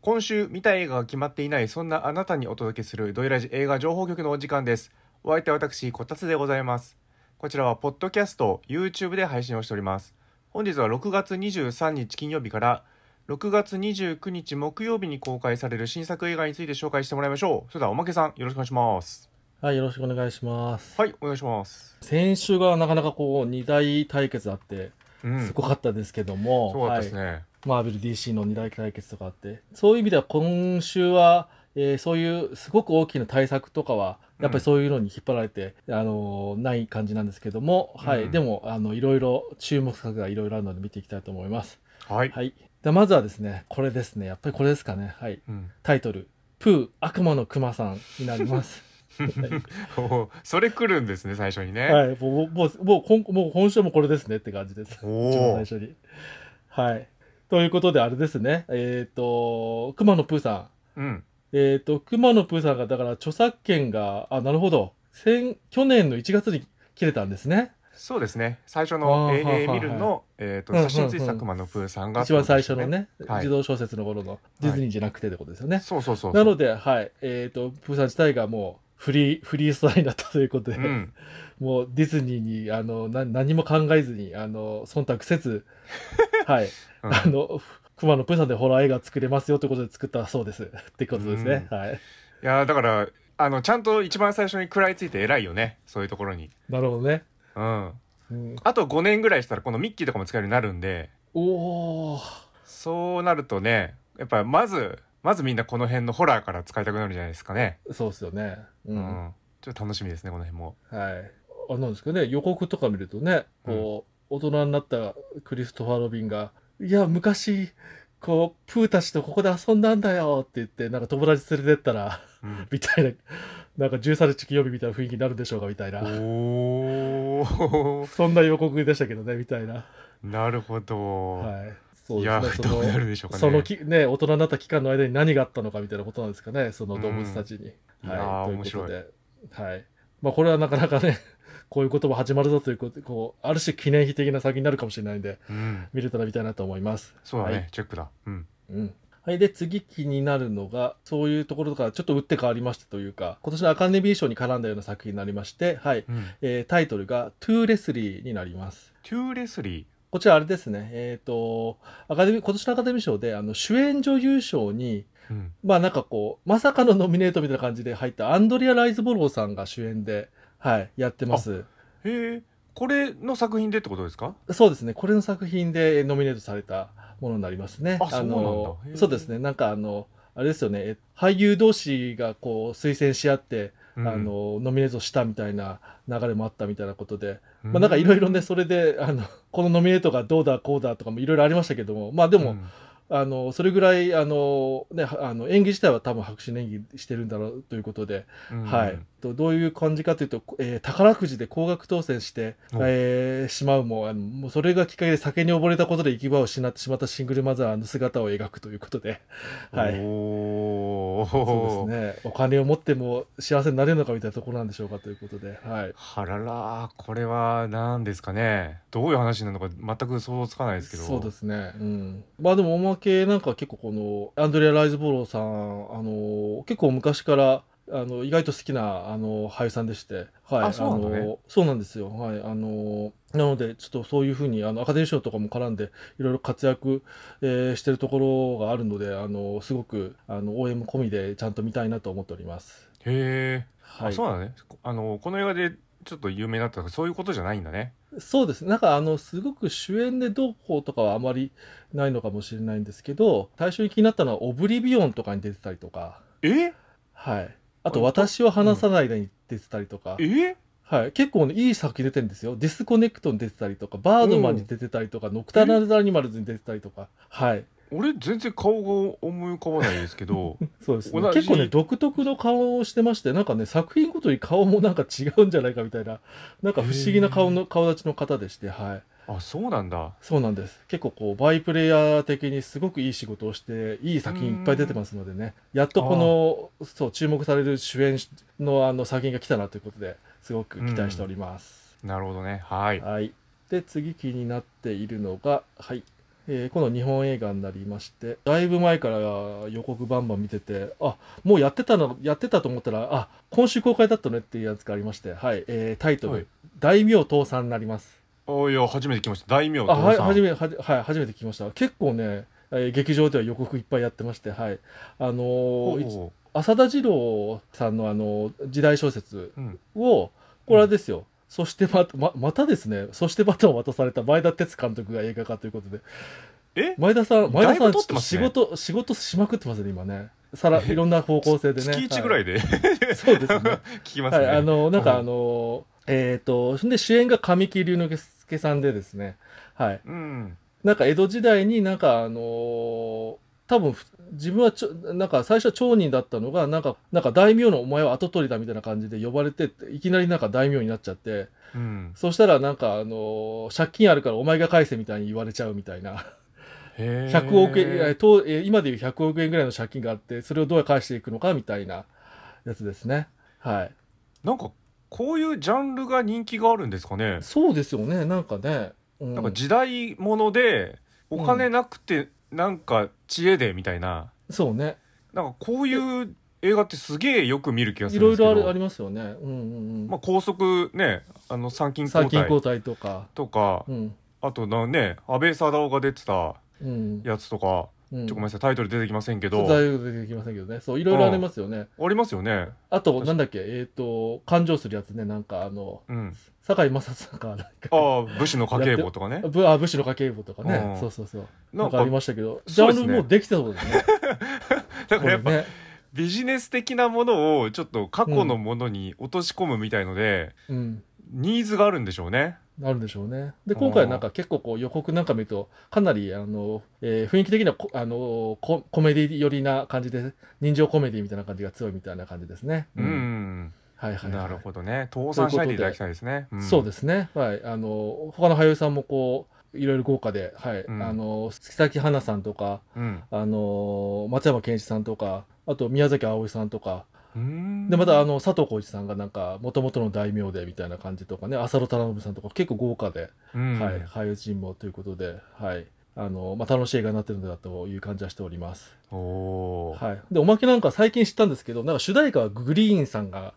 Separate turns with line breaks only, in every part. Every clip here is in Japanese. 今週見たい映画が決まっていないそんなあなたにお届けするドイラジ映画情報局のお時間ですお相手は私こたつでございますこちらはポッドキャスト YouTube で配信をしております本日は6月23日金曜日から6月29日木曜日に公開される新作映画について紹介してもらいましょうそれではおまけさんよろしくお願いします
はい、よろしくお願いします。
はいお願いします
先週がなかなかこう、二大対決あって、
うん
すごかったですけども、
そうだったですね、
はい、マーベル DC の二大対決とかあって、そういう意味では今週は、えーそういうすごく大きな対策とかは、やっぱりそういうのに引っ張られて、あのーない感じなんですけども、はい、
うん
でも、あの、いろいろ注目作がいろいろあるので見ていきたいと思います。
はい、
はい。でまずはですね、これですね、やっぱりこれですかね、はい。
うん、
タイトル、プー、悪魔のクマさんになり ます。
おーそれ来るんですね最初にね、
はい、もう、もう、もう、今もう今週もこれですねって感じです。
お
一番
お
最初に。はい。ということで、あれですね。えっ、と、熊野プーさ
うん
ん。えっ、と、熊野プーさんが、だから著作権が、あ、なるほど。先去年の1月に切れたんですね。
そうですね最初の「
あー
えー
はいはい
えー
はい
見るの」えーと
うんうんうん
写真ついてた熊のプーさんが
一番最初の
って
ね、
はい
児童小説の頃のディズニーじゃなくてってことですよ
こと
ね
で。すよねそうそうそう
なので、はい。えっ、と、プーさん自体がもう、フリー、フリースタイルだったということで、
うん、
もうディズニーにあのな何も考えずにあの忖度せ ず、はい、
うん
あの熊野プーさんでホラー映画作れますよということで作ったそうです ってことですね。はい。
いやーだからあのちゃんと一番最初に食らいついて偉いよねそういうところに
なるほどね。
うん
うん、
あと5年ぐらいしたらこのミッキーとかも使えるようになるんで
おお。
そうなるとねやっぱまずまずみんなこの辺のホラーから使いたくなるんじゃないですかね
そうですよね。う。
うんん、ちょっと楽しみですねこの辺も
はい。あなんですかね予告とか見るとねこう、大人になったクリストファー・ロビンが「いや昔こうプーたちとここで遊んだんだよ」って言ってなんか友達連れてったら。
うん
みたいな、なんか13日金曜日みたいな雰囲気になるんでしょうかみたいな。
おー
そんな予告でしたけどね、みたいな。
なるほど、
はい。そう
い
で
や
すね。
どうな
その
るでしょうかね
そのきね、大人になった期間の間に何があったのかみたいなことなんですかね、その動物たちに。
うんいやー
はい。ということで。はい。まあ、これはなかなかね、 こういうことも始まるぞということで、こう、ある種記念碑的な作品になるかもしれないんで、
うん、
見れたら見たいなと思います。
そうだね、
はい
チェックだうん
うん。はい。で、次気になるのが、そういうところからちょっと打って変わりましたというか、今年のアカデミー賞に絡んだような作品になりまして、はい。
うん
えータイトルが、トゥーレスリーになります。
トゥーレスリー
こちらあれですね、えっ、と、アカデミー、今年のアカデミー賞で、あの、主演女優賞に、
うん、
まあなんかこう、まさかのノミネートみたいな感じで入ったアンドリア・ライズボローさんが主演で、はい、やってます。
へえこれの作品でってことですか
そうですね、これの作品でノミネートされたものになりますね。
あそうなんだ
の
へえ
そうですね、なんかあの、あれですよね、え俳優同士がこう、推薦し合って、あの、ノミネートしたみたいな流れもあったみたいなことで、
ま
まあなんかいろいろね、
で
それで、あの、このノミネートがどうだこうだとかもいろいろありましたけども、まあでも、あの、それぐらい、あの、ね、はあの演技自体は多分白紙の演技してるんだろうということで、はい。とどういう感じかというと、えー宝くじで高額当選して、
お
えーしまうも、あのもうそれがきっかけで酒に溺れたことで行き場を失ってしまったシングルマザーの姿を描くということで、はい。
おー
そうですね。お金を持っても幸せになれるのかみたいなところなんでしょうかということで、はい。
はららこれは何ですかねどういう話なのか全く想像つかないですけど
そうですね、うん、まあでもおまけなんか結構このアンドレア・ライズボローさんあの結構昔からあの意外と好きなあの俳優さんでして、はい、
あそうなんだね
のそうなんですよ、はい、あのなのでちょっとそういうふうにあのアカデミー賞とかも絡んでいろいろ活躍、えーしてるところがあるのであのすごくあの応援も込みでちゃんと見たいなと思っております。
へえ、
はい、
あそうなのねあのこの映画でちょっと有名になったとかそういうことじゃないんだね
そうですね。なんかあの、すごく主演でどうこうとかはあまりないのかもしれないんですけど、最初に気になったのはオブリビオンとかに出てたりとか、
え
はい。あと、私を話さないでに出てたりとか、
え
はい。結構ね、いい作品出てるんですよ。ディスコネクトに出てたりとか、バードマンに出てたりとか、ノクターナルアニマルズに出てたりとか、はい。
俺全然顔が思い浮かばないですけ ど
そうですね
同。じ
結構ね、独特の顔をしてまして、なんかね、作品ごとに顔もなんか違うんじゃないかみたいな、なんか不思議な顔の、顔立ちの方でして、はい。
あそうなんだ
そうなんです結構こうバイプレイヤー的にすごくいい仕事をしていい作品いっぱい出てますのでねやっとこのそう注目される主演のあの作品が来たなということですごく期待しております、
なるほどねはい
はいで次気になっているのがはい、えーこの日本映画になりましてだいぶ前から予告バンバン見ててあもうやってたのやってたと思ったらあ今週公開だったねっていうやつがありまして、はいえータイトル、
はい
大名倒産」になります
おいや初めて来ました大名
あ
父
はい
さん
初めはじ、はい、初めて聞きました結構ね、えー劇場では予告いっぱいやってましてはいあのー
ほう
いつ
ほ
浅田次郎さんのあの時代小説
ううん
をこれはですよ、そしてまたままたですねそしてバトンを渡された前田哲監督が映画化ということで
え
前田さん前田
だい
さ
ぶ
ん
撮ってます
仕
ね
事仕事しまくってますね今ねさら
え
いろんな方向性でね
月1ぐら
い、
いで
そうですね
聞き ます
は
ね
いあのなんか
うん
あの、えっ、とそんで主演が神木隆之介さんでですねはい
うん
なんか江戸時代になんかあのー多分ふ自分はちょなんか最初は町人だったのがなんかなんか大名のお前は跡取りだみたいな感じで呼ばれていきなりなんか大名になっちゃって
うん
そしたらなんかあのー借金あるからお前が返せみたいに言われちゃうみたいな
へー
100億円、えーとえー今でいう100億円ぐらいの借金があってそれをどう返していくのかみたいなやつですねはい
なんかこういうジャンルが人気があるんですかね
そうですよねなんかね、うん
なんか時代ものでお金なくてなんか知恵でみたいな、
そうね
なんかこういう映画ってすげえよく見る気がす
い
るんで
ろい
すけど
ろあるありますよねうんうんうん、
まあ、高速ねあの参勤
最
交
近交
代
代とか
とか、
うん
あとなね安倍貞夫が出てた
うん
やつとか、
うん
ちょっとごめんなさいタイトル出てきませんけ
ちょっ
ど
とだいぶ出てきませんけどねそういろいろありますよね、
ありますよね
あと
かに
なんだっけえっ、と勘定するやつねなんかあの
うん
堺井雅人さんかなん か
ああ武士の家計簿とかね
ぶあ武士の家計簿とか
う
ね
ん
そうそうそうな
なんん
かあ
か
りましたけどジ
そうです
ャ
ね
ンルもうできてそうで すね
だからやっ
こ
ぱ
れね
ビジネス的なものをちょっと過去のものに落とし込むみたいので、
うん
ニーズがあるんでしょうね
あるんでしょうねで今回なんか結構こう予告なんか見るとかなりあの、えー雰囲気的にはこあのココメディ寄りな感じで人情コメディみたいな感じが強いみたいな感じですね
うん、
はいはい、はい、
なるほどね倒産しないでいただきたいですね
そう
で
ですね、はい、あの他の俳優さんもこういろいろ豪華で、はい
うん
あの月崎花さんとか
す、うん
あの松山ケンイチさんとかあと宮崎あおいさんとか
うん
でまたあの佐藤浩市さんがなんかもともとの大名でみたいな感じとかね浅野忠信さんとか結構豪華で、
うん
はい、俳優陣もということで、はいあのまあ、楽しい映画になってるのだという感じはしております、
おおー、
はい、でおまけなんか最近知ったんですけどなんか主題歌はグリーンさんが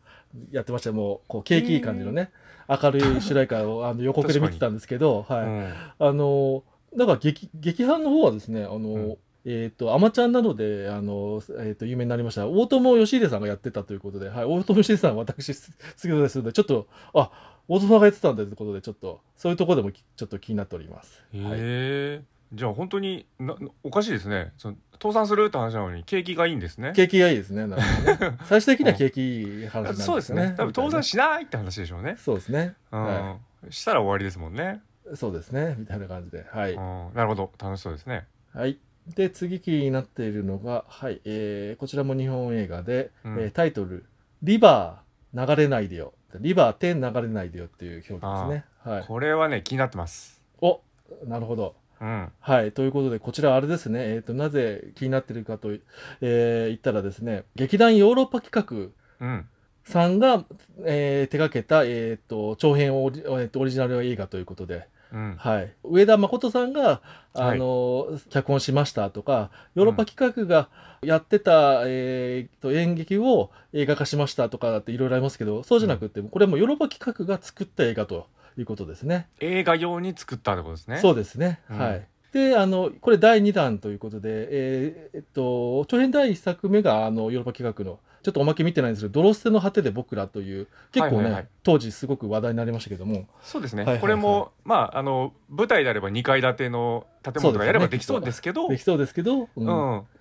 やってましたもうこう景気いい感じのね明るい主題歌をあの予告で見てたんですけど、はい
うん
あのなんか劇劇版の方はですねあの、
ん
えっ、と、アマちゃんなどで、あの、えっ、と、有名になりました、大友義秀さんがやってたということで、はい、大友義秀さん、私、す好きですので、ちょっと、あ、大友さんがやってたんだということで、ちょっと、そういうところでもき、ちょっと気になっております。
へ
はい
え、じゃあ本当にななおかしいですねその倒産するって話なのに景気がいいんですね
景気がいいですね、なんかね最終的には景気いい話なんです ね。
そうですね多分
みた
倒
いな
産しないって話でしょうね、
そうですね。
うん
は
したら終わりですもんね、
そうですね。みたいな感じで。はい。
うん、なるほど楽しそうですね
はい。で、次気になっているのが、はい。えーこちらも日本映画で、
うん
えータイトル、リバー流れないでよ。リバー点流れないでよっていう表現ですね。はい。
これはね気になってます
おなるほど。
うん
はい。ということで、こちらあれですね。えっ、と、なぜ気になっているかと、えー言ったらですね、劇団ヨーロッパ企画、
うん
さんが、えー手掛けた、えっ、と、長編オリ,、えーとオリジナル映画ということで、
うん
はい、上田誠さんが、
はい
あの脚本しましたとかヨーロッパ企画がやってた、えーと演劇を映画化しましたとかっていろいろありますけどそうじゃなくて、これはもうヨーロッパ企画が作った映画ということですね。
映画用に作ったってことですね
そううですね、
うん
はいであのこれ第2弾ということで、えーえっと、長編第1作目があのヨーロッパ企画のちょっとおまけ見てないんですけど「泥捨ての果てで僕ら」という結構
はい
ね、
はいはい
当時すごく話題になりましたけども
そうですね、
はいはいはい
これもまああの舞台であれば2階建ての建物とかやればできそうですけど
できそうですけど、う
うんん、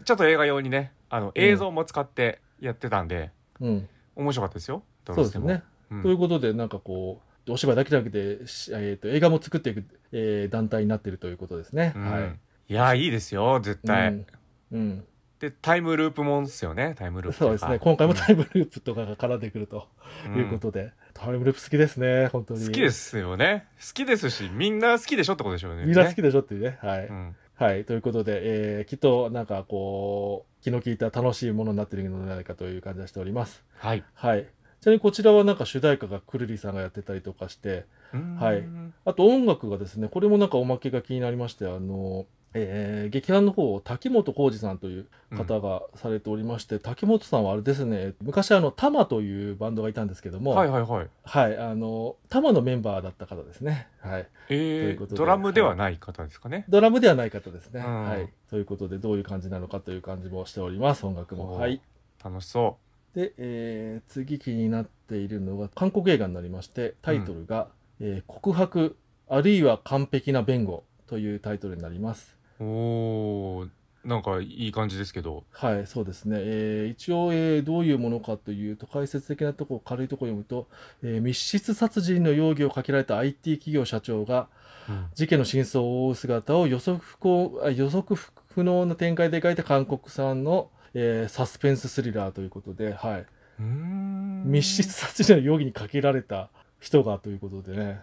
ちょっと映画用にねあの映像も使ってやってたんで、
うん
面白かったですよど
そう
う
で
して
す
も
ね。
うん
ということで、なんかこう、お芝居だけじゃなくて、しえー、と映画も作っていく、えー団体になっているということですね。
う
はい
んいやいいですよ絶対、
うんうん
でタイムループもんですよねタイムループと
そう
い
です
か
ね、今回もタイムループとかが絡んでくるということで、タイムループ好きですね、本当
う
に。。
ん好きですすよね好きですしみんな好きでしょってことでしょうね
みんな好
ね
きでしょっていうね。はい。
うん
はい、ということで、えーきっとなんかこう、気の利いた楽しいものになっているのではないかという感じがしております。
はい
はい。ちなみにこちらはなんか主題歌がくるりさんがやってたりとかして、
うん
はいあと音楽がですね、これもなんかおまけが気になりまして、あの、えー劇団の方を滝本浩二さんという方がされておりまして、滝本さんはあれですね昔あのタマというバンドがいたんですけども、
はいはいはい。
はい、あの、タマのメンバーだった方ですね。はい。
え
いうこ
ー、
とで
ドラムではない方ですかね。
ドラムではない方ですね。
うん
はい。ということで、どういう感じなのかという感じもしております、音楽
お
も。
ー
はい。
楽しそ
で、えー次気になっているのが、韓国映画になりまして、タイトルが、えー告白、あるいは完璧な弁護というタイトルになります。
う。おー、なんかいい感じですけど。
はい、そうですね。えー一応、えーどういうものかというと、解説的なところ、軽いところを読むと、えー密室殺人の容疑をかけられた IT 企業社長が、
うん
事件の真相を追う姿を予測不幸あ予測不能な展開で描いた韓国産の、えーサスペンススリラーということで、はい、
うーん。
密室殺人の容疑にかけられた人がということでね。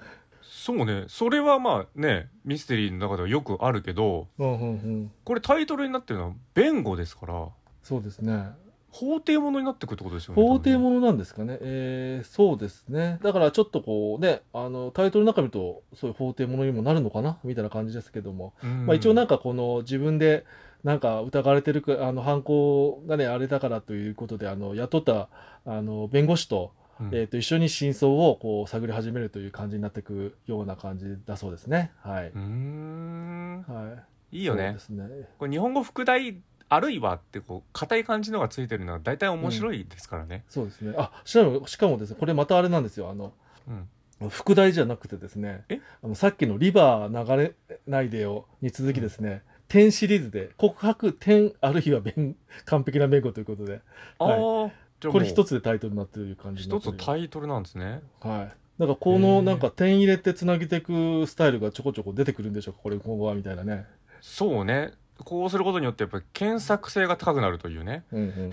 そうね。それはまあね、ミステリーの中ではよくあるけど、
うんうんうん、
これタイトルになってるのは弁護ですから、
そうですね
法廷ものになってくるってことですよね。
法廷ものなんですかね、えーそうですね、だからちょっとこうね、あのタイトルの中見ると、そういう法廷ものにもなるのかなみたいな感じですけども、
多分ね、
まあ、一応なんんかこの自分でなんか疑われてるかあの犯行がねあれだからということであの雇ったあの弁護士と,、
うん
えーと一緒に真相をこう探り始めるという感じになっていくような感じだそうですね。はい、
うーん。
はい
い
い
いよ
そう
ね
で。すね
これ日本語副題あるいはってこう硬い感じのがついてるのは大体面白いですからね。
そうですねあしかもしかもですねこれまたあれなんですよあの
うん。
副題じゃなくてですね
え
あのさっきの「リバー流れないでよ」に続きですね「点」シリーズで「告白点あるいは弁完璧な弁護」ということで
ああ、
はい
じゃあ
これ一
つ
つでタイトルになってる感じにな
一
って
つ
る
タイトルなんですね。
はい。なんかこ
へー
のなんか点入れてつなげていくスタイルがちょこちょこ出てくるんでしょうかこれ今後はみたいなね。
そうね。こうすることによってやっぱり検索性が高くなるというね。
うん うん、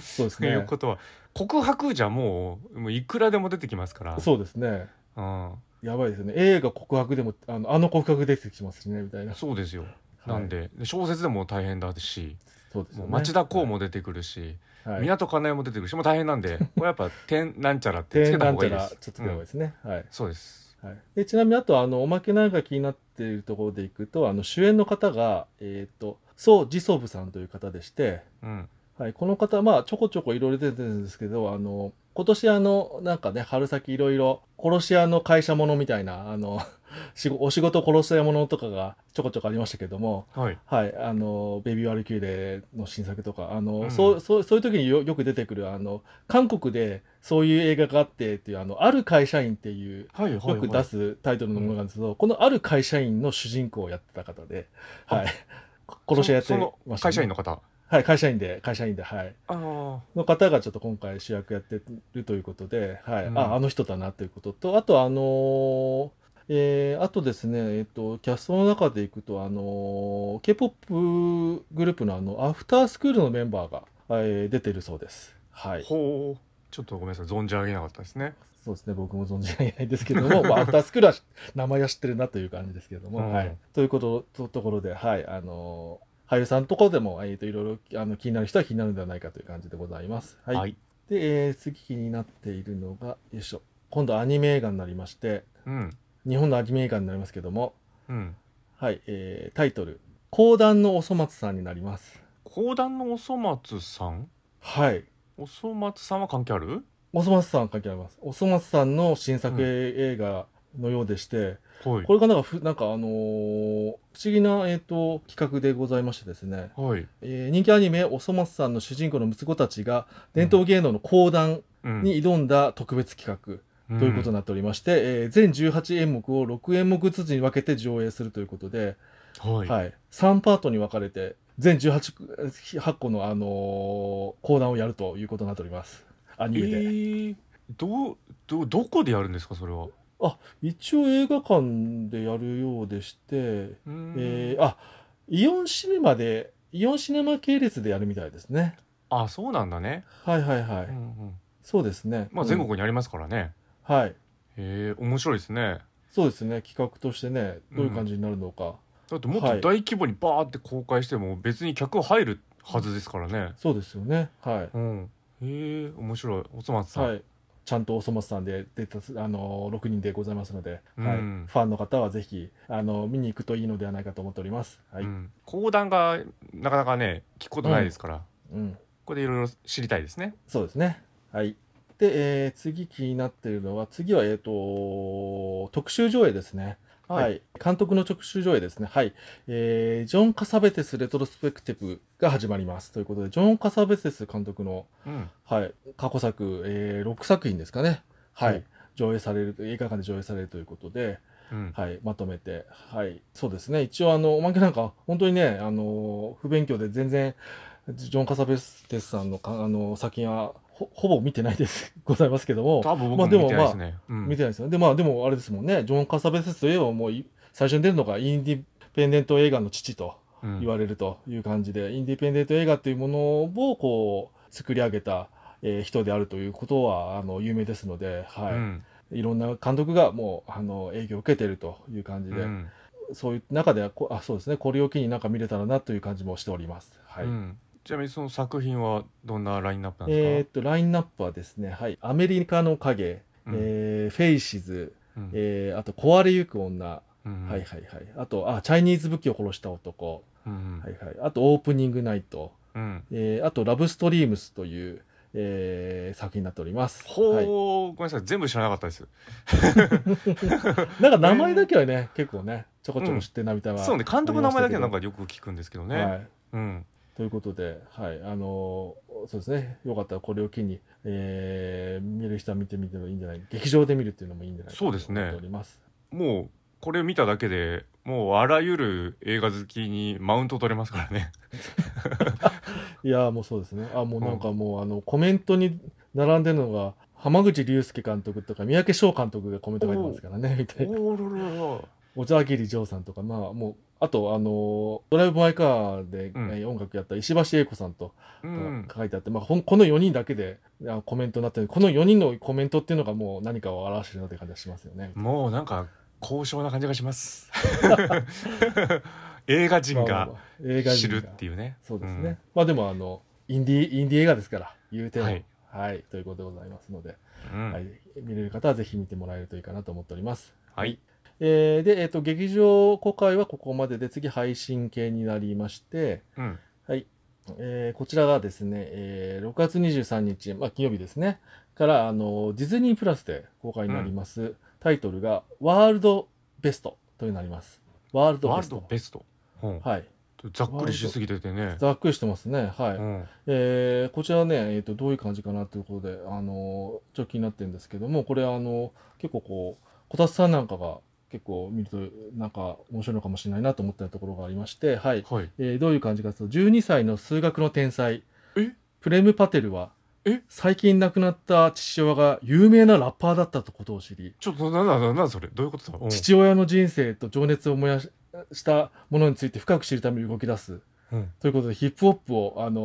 そうです
という
ね。
ことは告白じゃもうもういくらでも出てきますから。
そうですね。
う。ん。
やばいですね。映画告白でもあのあの告白出てきますしねみたいな。
そうですよ。なん
はい
で、で小説でも大変だし、
そうですよ
もう
ね。
町田公も出てくるし、
はい、
港かなえも出てくるし、もう大変なん で、これやっぱ点なんちゃらってつ
点
けた
な
方がい
んちゃ
いで
ら
す
ちょ。っとつけた方がいいですね。はい。
うんそうです。
はい、でちなみにあとあのおまけなんか気になっているところでいくとあの主演の方が、えー、とソ・ジソブさんという方でして、
うん。
はい、この方、まあ、ちょこちょこいろいろ出てるんですけど、あの、今年あの、なんかね、春先いろいろ、殺し屋の会社ものみたいな、あの、 仕事お仕事殺し屋ものとかがちょこちょこありましたけども、
はい。
はい、あの、ベビーワルキューレの新作とか、あの、
うん
そう、そう、そういう時によよく出てくる、あの、韓国でそういう映画があってっていう、あの、ある会社員っていう、
はいはい、はい。
よく出すタイトルのものなんですけど、このある会社員の主人公をやってた方で、はい、殺し屋やって
そ
ま
の
した、
会
ね。
社員の方。
はい、会社員で、会社員で、はい。
ああ。
の方がちょっと今回主役やってるということで、はい
うん
ああの人だなということとあとあのーえーあとですね、えっとキャストの中でいくと、あのー、k p o p グループのあのアフタースクールのメンバーが、えー出てるそうです。はい、
ほう。ちょっとごめんなさい、存じ上げなかったですね。
そうですね僕も存じ上げないですけど も、まあ、アフタースクールは名前は知ってるなという感じですけども。
うん
はい、ということとところで、はいあのー俳優さんとかでも、えー、といろいろあの気になる人は気になるんではないかという感じでございます。はい
い。
で、えー次気になっているのが、よいしょ。今度アニメ映画になりまして、
うん。
日本のアニメ映画になりますけども、
うん。
はい、えータイトル、講談のおそ松さんになります。
講談のおそ松さん。
はい。
おそ松さんは関係ある。
おそ松さん関係あります。おそ松さんの新作映画のようでして、
はい
こ。れがなんかふ、なんかあのー不思議な、えー、と企画でございましてですね、
はい。
えー人気アニメ、おそ松さんの主人公の息子たちが、伝統芸能の講談
うん
に挑んだ特別企画。ということになっておりまして、えー全18演目を6演目ずつに分けて上映するということで、
うんはい。
はい、3パートに分かれて全18く8個の、あのー講談をやるということになっておりますア
え
ニメで、
ーどう、どう、どこでやるんですか、それは。
一応映画館でやるようでして、
うーん
えーあイオンシネマでイオンシネマ系列でやるみたいですね
あ、そうなんだね。
はいはいはい、
うんうん。
そうですね
まあ、
うん
全国にありますからね。
はい
へえ、面白いですね。
そうですね企画としてねどういう感じになるのか、
だって、もっと
はい
大規模にバーって公開しても、別に客入るはずですからね。
そうですよねはい
うん。へえ、面白い。おそ松さん。
はい。ちゃんとおそ松さんでであの6人でございますので、はい
うん
ファンの方はぜひあの見に行くといいのではないかと思っております。はい
うん講談がなかなかね聞くことないですから、
うん
ここでいろいろ知りたいですね
そうですね。はい。で、えー次気になっているのは、次は、えっ、と、特集上映ですね。はい、監督の特集上映ですね。はい。えージョン・カサベテス・レトロスペクティブが始まります。ということで、ジョン・カサベテス監督の、
うん
はい、過去作、え6作品ですかね。はい。
はい
上映される、映画館で上映されるということで、
うん
はい、まとめて、はい、そうですね、一応、あの、おまけなんか、本当にね、あの、不勉強で全然、ジョン・カサベテスさんのかあの作品はほほぼ見てないです、ございますけども、
多分
ま
僕
あで
も
も
見てないですね、うん
見てないですよね。で、まあ、でも、あれですもんね、ジョン・カサベテスといえば、もうい、最初に出るのが、インディペンデント映画の父と
うん
言われるという感じで、インディペンデント映画というものを、こう、作り上げた、えー人であるということは、あの、有名ですので、はい。
うん
いろんな監督が、もう、あの、影響を受けているという感じで、
うん
そういう中ではこあそうですねこれを機になんか見れたらなという感じもしております。はい
うんちなみにその作品はどんなラインナップなんですか、
えーっとラインナップはですね、はい、アメリカの影、
うん
えーフェイシズ、
うん
えーあと壊れゆく女、
うん
はいはいはい、あとあチャイニーズ武器を殺した男、
うん
はいはい、あとオープニングナイト、
うん
えーあとラブストリームスという、えー作品になっております。
ほう、
はい
ごめんなさい全部知らなかったです
なんか名前だけはね、結構ねちょこちょこ知ってるなみたいな、
そうね監督の名前だけはなんかよく聞くんですけどね、
はい
うん
ということで、はい、あのーそうですね、よかったらこれを機に、えー見る人は見てみてもいいんじゃない劇場で見るっていうのもいいんじゃないかと
そうですね
思っております。
もうこれ見ただけでもうあらゆる映画好きにマウント取れますからね
いやーもうそうですね、あもうなんかもう、あのコメントに並んでるのが、浜口竜介監督とか、三宅翔監督がコメント書いてますからね、みたいな、
おろろろ
小沢切ジョーさんとか、まあもう、あと、あのードライブ・マイ・カーで、
うん
えー音楽やった石橋英子さんと
うん
書いてあって、まあ、ほんこの4人だけであコメントになってるこの4人のコメントっていうのがもう何かを表してるなって感じがしますよね。
もうなんか高尚な感じがします 映画人
まあ
が
まあまあ映画
知るって
いう
いうね
そうですね、、まあでもあのインディーインディー映画ですから言うても
は
はいい、ということでございますので、
うんうん
は
はいい、、
見れる方はぜひ見てもらえるといいかなと思っております、えーで、えっと劇場公開はここまでで次配信系になりまして、
うん
えーこちらがですね、えー6月23日、まあ、金曜日ですねからあのディズニープラスで公開になります、タイトルが「ワールドベスト」となりますワールド
ワー
ベ
ル
ス
ド
ト
ベスト、うん
はい
ざっくりしすぎててね、
ざっくりしてますねはい、
うん
えーこちらね、えー、とどういう感じかなということで、あのーちょっと気になってるんですけどもこれ、あの結構こうこたつさんなんかが結構見るとなんか面白いのかもしれないなと思ったところがありまして、はい
はい
えーどういう感じかというと12歳の数学の天才
え
プレム・パテルは
え
最近亡くなった父親が有名なラッパーだったとことを知り
ちょっとななななんそれどういうことだ、うん
父親の人生と情熱を燃やししたものについて深く知るために動き出す。
うん
ということで、ヒップホップを、あの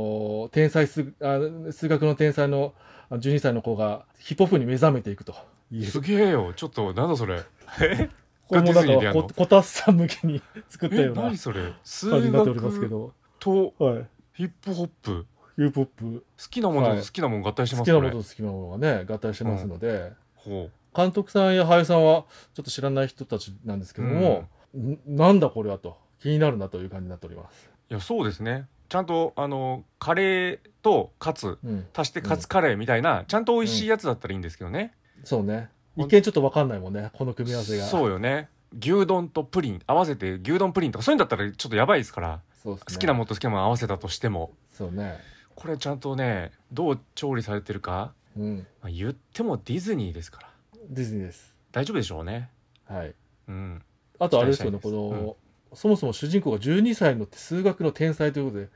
ー天才数あ数学の天才のあ12歳の子がヒップホップに目覚めていくという。
すげえよちょっとなんだそれえ
これもなん
ディズニーでや
か
んの
こ、こたつさん向けに 作った
え
ような感
何それ数
じになっておりますけ
学
ど、
と
はい。
ヒップホップ
ヒップホップ、
好きなもの
は
と
い
好きなもの合体して
好
ま
き
す
な
ね、
ものと好きなものがね、合体してますので、
ほ
監督さんや俳優さんはちょっと知らない人たちなんですけども、んなんだこれはと、気になるなという感じになっております。
ういやそうですねちゃんとあのカレーとカツ
うん。
足してカツカレーみたいな、ちゃんと美味しいやつだったらいいんですけどね、
そうね。
ほん
一見ちょっとわかんないもんね、この組み合わせが。
そうよね牛丼とプリン合わせて牛丼プリンとかそういうんだったらちょっとやばいですから
そうですね
好きなものと好きなもの合わせたとしても
そうね。
これちゃんとねどう調理されてるか、
うん。
まあ、言ってもディズニーですから
ディズニーです。
大丈夫でしょうね
はい。
うん
あとあれですよね、
期
こ
待したいです
の、そもそも主人公が12歳の数学の天才ということで、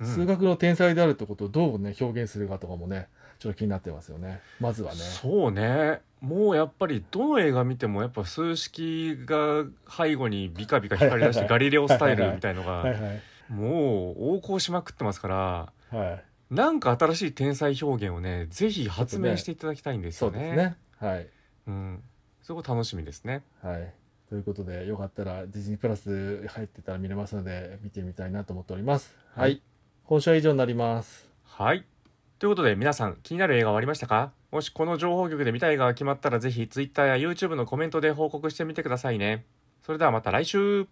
うん
数学の天才であるってことをどうね、表現するかとかもね、ちょっと気になってますよね。まずはね。
そうねもうやっぱりどの映画見てもやっぱ数式が背後にビカビカ光り出し
は
て
い
ガリレオスタイルみたいの
はい
が
はい。
もう横行しまくってますから
はい。
なんか新しい天才表現をねぜひ発明していただきたいんです
そ
よ
うで
ね。
すね。はい。
うんそこ楽しみですね。
はい。ということで、よかったらディズニープラス入ってたら見れますので、見てみたいなと思っております。は
はい
い。今週は以上になります。
はいということで皆さん気になる映画はありましたかもしこの情報局で見たいが決まったらぜひ Twitter や YouTube のコメントで報告してみてくださいね。それではまた来週